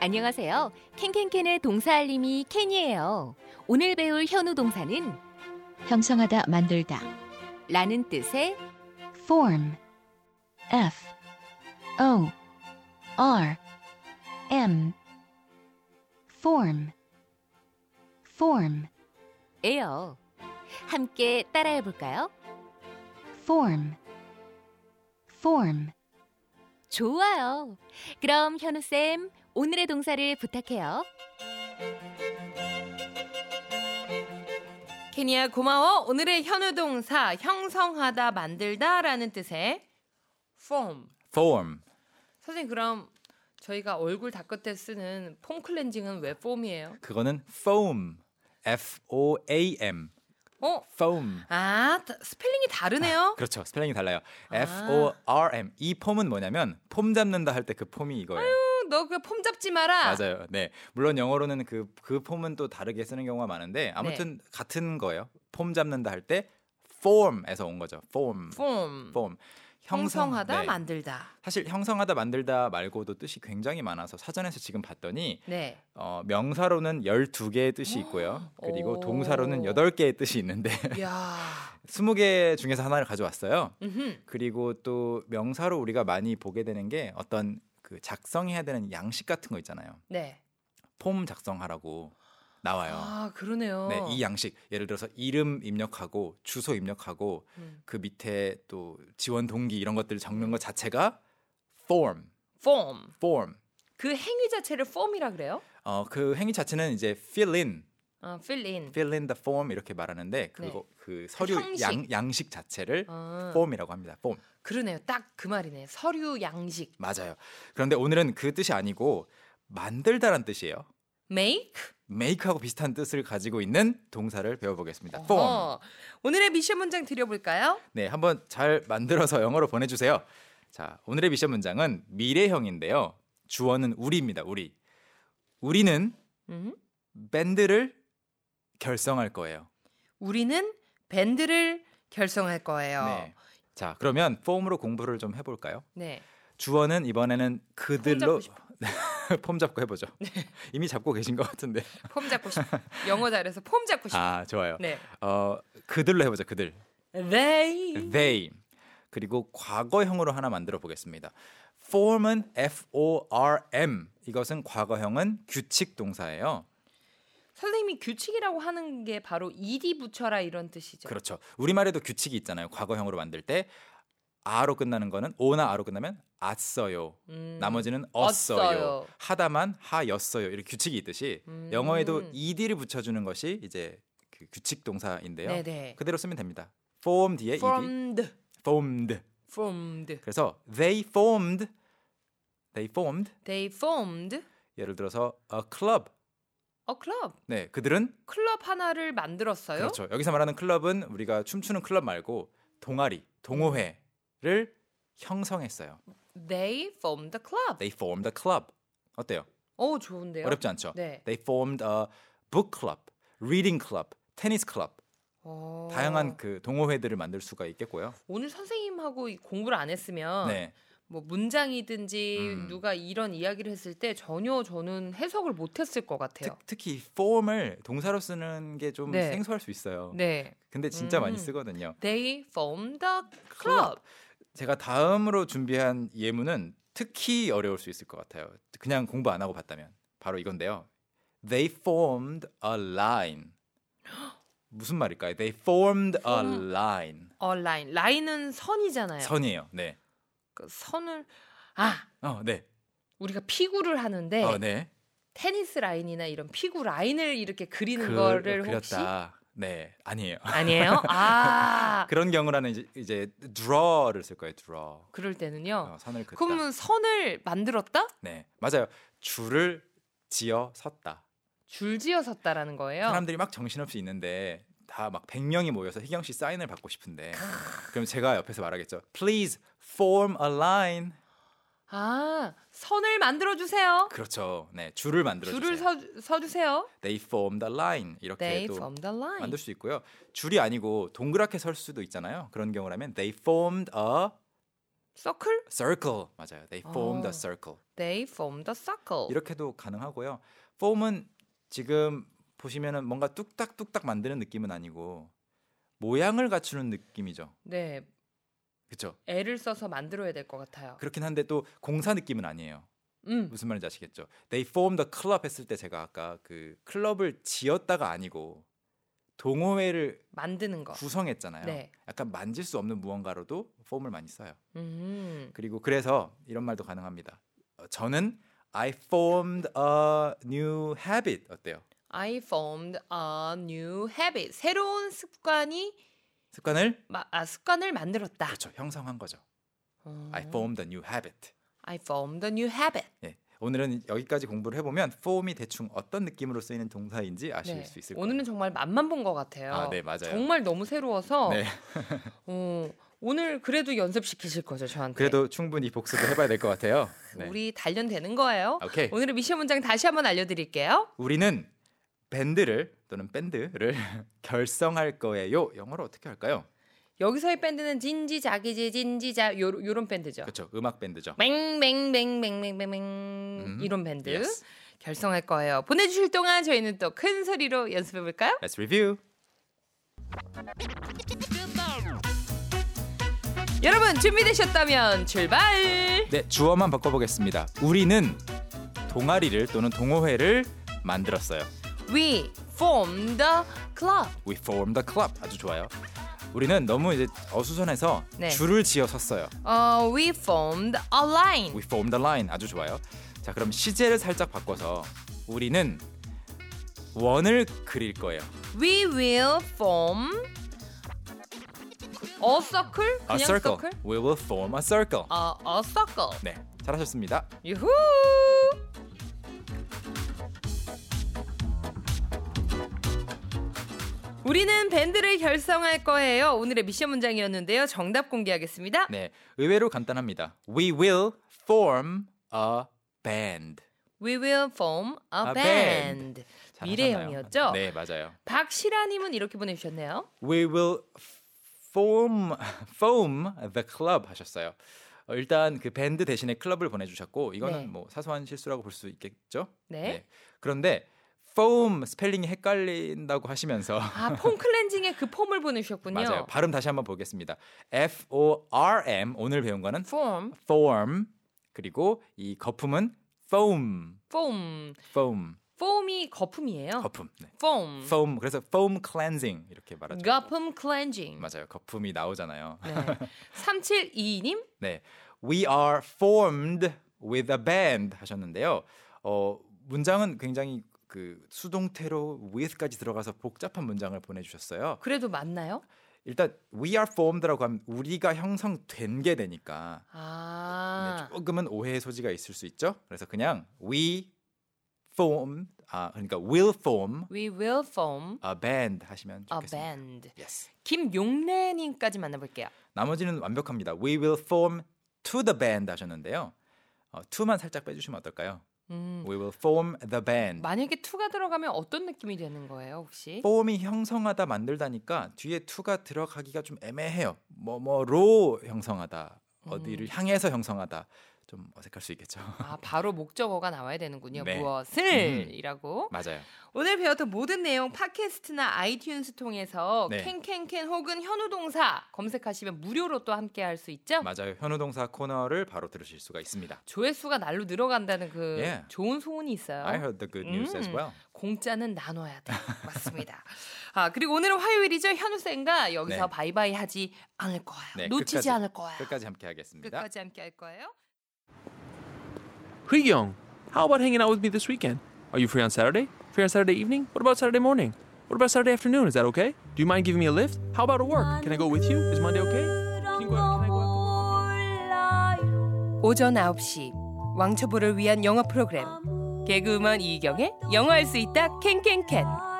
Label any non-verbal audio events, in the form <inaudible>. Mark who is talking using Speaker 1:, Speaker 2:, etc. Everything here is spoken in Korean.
Speaker 1: 안녕하세요. 캔캔캔의 동사 알림이 캔이에요. 오늘 배울 현우 동사는
Speaker 2: 형성하다 만들다
Speaker 1: 라는 뜻의
Speaker 2: form F O R M form form
Speaker 1: 에요. 함께 따라해 볼까요?
Speaker 2: form form
Speaker 1: 좋아요. 그럼 현우쌤, 오늘의 동사를 부탁해요.
Speaker 3: 케니야 고마워. 오늘의 현우 동사 형성하다 만들다라는 뜻의 form.
Speaker 4: form.
Speaker 3: 선생님 그럼 저희가 얼굴 닦을 때 쓰는 폼 클렌징은 왜 폼이에요?
Speaker 4: 그거는 foam. F O A M.
Speaker 3: 어?
Speaker 4: foam.
Speaker 3: 아 다- 스펠링이 다르네요. <laughs>
Speaker 4: 그렇죠. 스펠링이 달라요.
Speaker 3: 아.
Speaker 4: F O R M. 이 폼은 뭐냐면 폼 잡는다 할 때 그 폼이 이거예요.
Speaker 3: 너 그 폼 잡지 마라.
Speaker 4: 맞아요. 네. 물론 영어로는 그 그 폼은 또 다르게 쓰는 경우가 많은데 아무튼
Speaker 3: 네.
Speaker 4: 같은 거예요. 폼 잡는다 할 때 form에서 온 거죠. form.
Speaker 3: form.
Speaker 4: form. 형성-
Speaker 3: 형성하다
Speaker 4: 네.
Speaker 3: 만들다.
Speaker 4: 사실 형성하다 만들다 말고도 뜻이 굉장히 많아서 사전에서 지금 봤더니
Speaker 3: 네.
Speaker 4: <laughs> 어, 명사로는 12개의 뜻이 있고요. 그리고
Speaker 3: 오.
Speaker 4: 동사로는 8개의 뜻이 있는데
Speaker 3: 야.
Speaker 4: 20개 중에서 하나를 가져왔어요.
Speaker 3: 음흠.
Speaker 4: 그리고 또 명사로 우리가 많이 보게 되는 게 어떤 그 작성해야 되는 양식 같은 거 있잖아요.
Speaker 3: 네.
Speaker 4: 폼 작성하라고 나와요.
Speaker 3: 아 그러네요.
Speaker 4: 네, 이 양식 예를 들어서 이름 입력하고 주소 입력하고
Speaker 3: 음.
Speaker 4: 그 밑에 또 지원 동기 이런 것들 적는 것 자체가 form,
Speaker 3: form.
Speaker 4: form.
Speaker 3: 그 행위 자체를 form이라 그래요?
Speaker 4: 어, 그 행위 자체는 이제 fill in,
Speaker 3: 어, fill in.
Speaker 4: fill in the form 이렇게 말하는데 그거 그 서류
Speaker 3: 네. 형식.
Speaker 4: 양, 양식 자체를
Speaker 3: 어.
Speaker 4: form이라고 합니다. form.
Speaker 3: 그러네요. 딱 그 말이네. 서류 양식.
Speaker 4: 맞아요. 그런데 오늘은 그 뜻이 아니고 만들다란 뜻이에요.
Speaker 3: make.
Speaker 4: make하고 비슷한 뜻을 가지고 있는 동사를 배워보겠습니다. form.
Speaker 3: 어, 오늘의 미션 문장 드려볼까요?
Speaker 4: 네, 한번 잘 만들어서 영어로 보내주세요. 자, 오늘의 미션 문장은 미래형인데요. 주어는 우리입니다. 우리. 우리는
Speaker 3: 음.
Speaker 4: 밴드를 결성할 거예요.
Speaker 3: 우리는 밴드를 결성할 거예요.
Speaker 4: 네. 자, 그러면 폼으로 공부를 좀 해볼까요?
Speaker 3: 네.
Speaker 4: 주어는 이번에는 그들로
Speaker 3: 폼 잡고
Speaker 4: <laughs>
Speaker 3: 네.
Speaker 4: 폼 잡고 해보죠. 이미 잡고 계신 것
Speaker 3: <laughs>
Speaker 4: 같은데.
Speaker 3: 폼 잡고 싶어. 영어 잘해서 폼 잡고 싶어.
Speaker 4: 아, 좋아요.
Speaker 3: 네.
Speaker 4: 어, 그들로 해보죠. 그들.
Speaker 3: They.
Speaker 4: they 그리고 과거형으로 하나 만들어 보겠습니다. form은 f o r m 이것은 과거형은 규칙 동사예요.
Speaker 3: 선생님이 규칙이라고 하는 게 바로 ed 붙여라 이런 뜻이죠.
Speaker 4: 그렇죠. 우리말에도 규칙이 있잖아요. 과거형으로 만들 때 아로 끝나는 거는 오나 아로 끝나면 았어요.
Speaker 3: 음,
Speaker 4: 나머지는 었어요.
Speaker 3: 었어요.
Speaker 4: 하다만 하였어요. 이렇게 규칙이 있듯이
Speaker 3: 음.
Speaker 4: 영어에도 ed를 붙여주는 것이 이제 그 규칙 동사인데요.
Speaker 3: 네네.
Speaker 4: 그대로 쓰면 됩니다. form 뒤에 ed,
Speaker 3: formed.
Speaker 4: formed.
Speaker 3: formed.
Speaker 4: 그래서 they formed, they formed
Speaker 3: They formed a
Speaker 4: 예를 들어서 a club.
Speaker 3: club.
Speaker 4: 네, 그들은
Speaker 3: 클럽 하나를 만들었어요.
Speaker 4: 그렇죠. 여기서 말하는 클럽은 우리가 춤추는 클럽 말고 동아리, 동호회를 형성했어요.
Speaker 3: They formed a club.
Speaker 4: They formed a club. 어때요?
Speaker 3: 오 좋은데요.
Speaker 4: 어렵지 않죠?
Speaker 3: 네.
Speaker 4: They formed a book club, reading club, tennis club.
Speaker 3: 오.
Speaker 4: 다양한 그 동호회들을 만들 수가 있겠고요.
Speaker 3: 어. 오늘 선생님하고 이 공부를 안 했으면
Speaker 4: 네.
Speaker 3: 뭐 문장이든지
Speaker 4: 음.
Speaker 3: 누가 이런 이야기를 했을 때 전혀 저는 해석을 못했을 것 같아요.
Speaker 4: 특, 특히 form을 동사로 쓰는 게 좀
Speaker 3: 네.
Speaker 4: 생소할 수 있어요.
Speaker 3: 네,
Speaker 4: 근데 진짜 많이
Speaker 3: 음.
Speaker 4: 쓰거든요.
Speaker 3: they formed a club.
Speaker 4: 제가 다음으로 준비한 예문은 특히 어려울 수 있을 것 같아요. 그냥 공부 안 하고 봤다면 바로 이건데요. They formed a line. 무슨 말일까요? They formed a
Speaker 3: Form-
Speaker 4: line.
Speaker 3: 어, 라인, 라인은 선이잖아요.
Speaker 4: 선이에요. 네.
Speaker 3: 그 선을 아
Speaker 4: 어, 네.
Speaker 3: 우리가 피구를 하는데
Speaker 4: 어, 네.
Speaker 3: 테니스 라인이나 이런 피구 라인을 이렇게 그리는
Speaker 4: 그-
Speaker 3: 거를 혹시
Speaker 4: 그렸다. 네, 아니에요. <laughs>
Speaker 3: 아니에요? 아
Speaker 4: 그런 경우라는 이제, 이제 draw를 쓸 거예요. draw.
Speaker 3: 그럴 때는요.
Speaker 4: 어, 선을 그렸다.
Speaker 3: 그러면 선을 만들었다?
Speaker 4: 네, 맞아요. 줄을 지어 섰다.
Speaker 3: 줄지어 섰다라는 거예요.
Speaker 4: 사람들이 막 정신없이 있는데 다 막 100명이 모여서 희경 씨 사인을 받고 싶은데 그럼 제가 옆에서 말하겠죠. Please form a line.
Speaker 3: 아 선을 만들어 주세요.
Speaker 4: 그렇죠. 네, 줄을 만들어
Speaker 3: 줄을
Speaker 4: 주세요.
Speaker 3: 서, 서주세요.
Speaker 4: They formed a line. 이렇게
Speaker 3: They
Speaker 4: 또
Speaker 3: formed a line.
Speaker 4: 만들 수 있고요. 줄이 아니고 동그랗게 설 수도 있잖아요. 그런 경우라면 they formed a
Speaker 3: 서클?
Speaker 4: circle 맞아요. They formed
Speaker 3: 어.
Speaker 4: a circle.
Speaker 3: They formed a circle.
Speaker 4: 이렇게도 가능하고요. form은 지금 보시면은 뭔가 뚝딱뚝딱 만드는 느낌은 아니고 모양을 갖추는 느낌이죠.
Speaker 3: 네,
Speaker 4: 그렇죠?
Speaker 3: 애를 써서 만들어야 될 것 같아요.
Speaker 4: 그렇긴 한데 또 공사 느낌은 아니에요.
Speaker 3: 음,
Speaker 4: 무슨 말인지 아시겠죠? They formed a club 했을 때 제가 아까 그 클럽을 지었다가 아니고 동호회를
Speaker 3: 만드는 거.
Speaker 4: 구성했잖아요.
Speaker 3: 네.
Speaker 4: 약간 만질 수 없는 무언가로도 form을 많이 써요.
Speaker 3: 음,
Speaker 4: 그리고 그래서 이런 말도 가능합니다. 어, 저는 I formed a new habit 어때요?
Speaker 3: I formed a new habit. 새로운 습관이
Speaker 4: 습관을
Speaker 3: 마, 아, 습관을 만들었다.
Speaker 4: 그렇죠 형성한 거죠.
Speaker 3: 어,
Speaker 4: I formed a new habit.
Speaker 3: I formed a new habit.
Speaker 4: 예, 오늘은 여기까지 공부를 해보면 form이 대충 어떤 느낌으로 쓰이는 동사인지 아실
Speaker 3: 네,
Speaker 4: 수 있을 거예요.
Speaker 3: 오늘은 정말 맛만 본 것 같아요.
Speaker 4: 아, 네, 맞아요.
Speaker 3: 정말 너무 새로워서
Speaker 4: 네.
Speaker 3: 어, 오늘 그래도 연습시키실 거죠 저한테. 그
Speaker 4: 그래도 충분히 복습을 해봐야 될 것 같아요. 네. 아,
Speaker 3: 우리 단련되는 거예요.
Speaker 4: 오케이.
Speaker 3: 오늘의 미션 문장 다시 한번 알려드릴게요.
Speaker 4: 우리는 밴드를 또는 밴드를 <laughs> 결성할 거예요. 영어로 어떻게 할까요?
Speaker 3: 여기서의 밴드는 진지 자기지 진지자 요, 요런 밴드죠.
Speaker 4: 그렇죠. 음악 밴드죠.
Speaker 3: 맹맹맹맹맹맹맹 이런 밴드
Speaker 4: 음, yes.
Speaker 3: 결성할 거예요. 보내주실 동안 저희는 또 큰 소리로 연습해 볼까요?
Speaker 4: Let's review.
Speaker 3: 여러분 준비되셨다면 출발.
Speaker 4: 네, 주어만 바꿔보겠습니다. 우리는 동아리를 또는 동호회를 만들었어요.
Speaker 3: We formed the club.
Speaker 4: We formed a club. 아주 좋아요. 우리는 너무 이제 어수선해서
Speaker 3: 네.
Speaker 4: 줄을 지어 섰어요.
Speaker 3: 어, we formed a line.
Speaker 4: We formed a line. 아주 좋아요. 자, 그럼 시제를 살짝 바꿔서 우리는 원을 그릴 거예요.
Speaker 3: We will form a circle.
Speaker 4: A
Speaker 3: 그냥
Speaker 4: 아, circle.
Speaker 3: circle?
Speaker 4: We will form a circle.
Speaker 3: 아, a circle.
Speaker 4: 네, 잘하셨습니다.
Speaker 3: 유후! 우리는 밴드를 결성할 거예요. 오늘의 미션 문장이었는데요. 정답 공개하겠습니다.
Speaker 4: 네, 의외로 간단합니다. We will form a band.
Speaker 3: We will form a,
Speaker 4: A
Speaker 3: band.
Speaker 4: band.
Speaker 3: 미래형이었죠?
Speaker 4: 네, 맞아요.
Speaker 3: 박시라님은 이렇게 보내주셨네요.
Speaker 4: We will form form the club 하셨어요. 어, 일단 그 밴드 대신에 클럽을 보내주셨고 이거는
Speaker 3: 네.
Speaker 4: 뭐 사소한 실수라고 볼 수 있겠죠.
Speaker 3: 네.
Speaker 4: 그런데 foam 스펠링이 헷갈린다고 하시면서
Speaker 3: 아, 폼 클렌징의 그 폼을 보내주셨군요.
Speaker 4: <laughs> 맞아요. 발음 다시 한번 보겠습니다. F O R M 오늘 배운 거는
Speaker 3: form,
Speaker 4: form 그리고 이 거품은 foam
Speaker 3: foam.
Speaker 4: foam
Speaker 3: 폼이 거품이에요.
Speaker 4: 거품. 네.
Speaker 3: foam.
Speaker 4: foam 그래서 foam cleansing 이렇게
Speaker 3: 그-
Speaker 4: 말하죠.
Speaker 3: 거품 클렌징.
Speaker 4: 맞아요. 거품이 나오잖아요.
Speaker 3: 네. 3722님.
Speaker 4: 네. We are formed with a band 하셨는데요. 어, 문장은 굉장히 그 수동태로 with까지 들어가서 복잡한 문장을 보내주셨어요.
Speaker 3: 그래도 맞나요?
Speaker 4: 일단 we are formed라고 하면 우리가 형성된 게 되니까
Speaker 3: 아.
Speaker 4: 네, 조금은 오해의 소지가 있을 수 있죠. 그래서 그냥 we form 아 그러니까 will form
Speaker 3: We will form
Speaker 4: a band 하시면
Speaker 3: a
Speaker 4: 좋겠습니다.
Speaker 3: band.
Speaker 4: Yes.
Speaker 3: 김용래님까지 만나볼게요.
Speaker 4: 나머지는 완벽합니다. We will form to the band 하셨는데요. 어, to만 살짝 빼주시면 어떨까요?
Speaker 3: 음,
Speaker 4: We will form the band.
Speaker 3: 만약에 투가 들어가면 어떤 느낌이 되는 거예요, 혹시?
Speaker 4: form이 형성하다 만들다니까 뒤에 to가 들어가기가 좀 애매해요. 뭐 뭐로 형성하다.
Speaker 3: 음.
Speaker 4: 어디를 향해서 형성하다. 좀 어색할 수 있겠죠. <laughs>
Speaker 3: 아, 바로 목적어가 나와야 되는군요.
Speaker 4: 네.
Speaker 3: 무엇을?
Speaker 4: 음.
Speaker 3: 이라고.
Speaker 4: 맞아요.
Speaker 3: 오늘 배웠던 모든 내용 팟캐스트나 아이튠스 통해서
Speaker 4: 네.
Speaker 3: 캔캔캔 혹은 현우 동사 검색하시면 무료로 또 함께 할 수 있죠?
Speaker 4: 맞아요. 현우 동사 코너를 바로 들으실 수가 있습니다.
Speaker 3: 조회수가 날로 늘어간다는 그
Speaker 4: 예.
Speaker 3: 좋은 소문이 있어요.
Speaker 4: I heard the good news as
Speaker 3: 음.
Speaker 4: well.
Speaker 3: 공짜는 나눠야
Speaker 4: <laughs>
Speaker 3: 돼. 맞습니다. 아 그리고 오늘은 화요일이죠. 현우 쌤과 여기서
Speaker 4: 네.
Speaker 3: 바이바이 하지 않을 거예요.
Speaker 4: 네,
Speaker 3: 놓치지
Speaker 4: 끝까지,
Speaker 3: 않을 거예요.
Speaker 4: 끝까지 함께 하겠습니다.
Speaker 3: 끝까지 함께 할 거예요.
Speaker 5: Young, how about hanging out with me this weekend? Are you free on Saturday? Free on Saturday evening? What about Saturday morning? What about Saturday afternoon? Is that okay? Do you mind giving me a lift? How about at work? Can I go with you? Is Monday okay? Can you go, can I go after-
Speaker 3: 오전 9시 왕초보를 위한 영어 프로그램 개그우먼 이경의 영어할 수 있다 캔캔캔.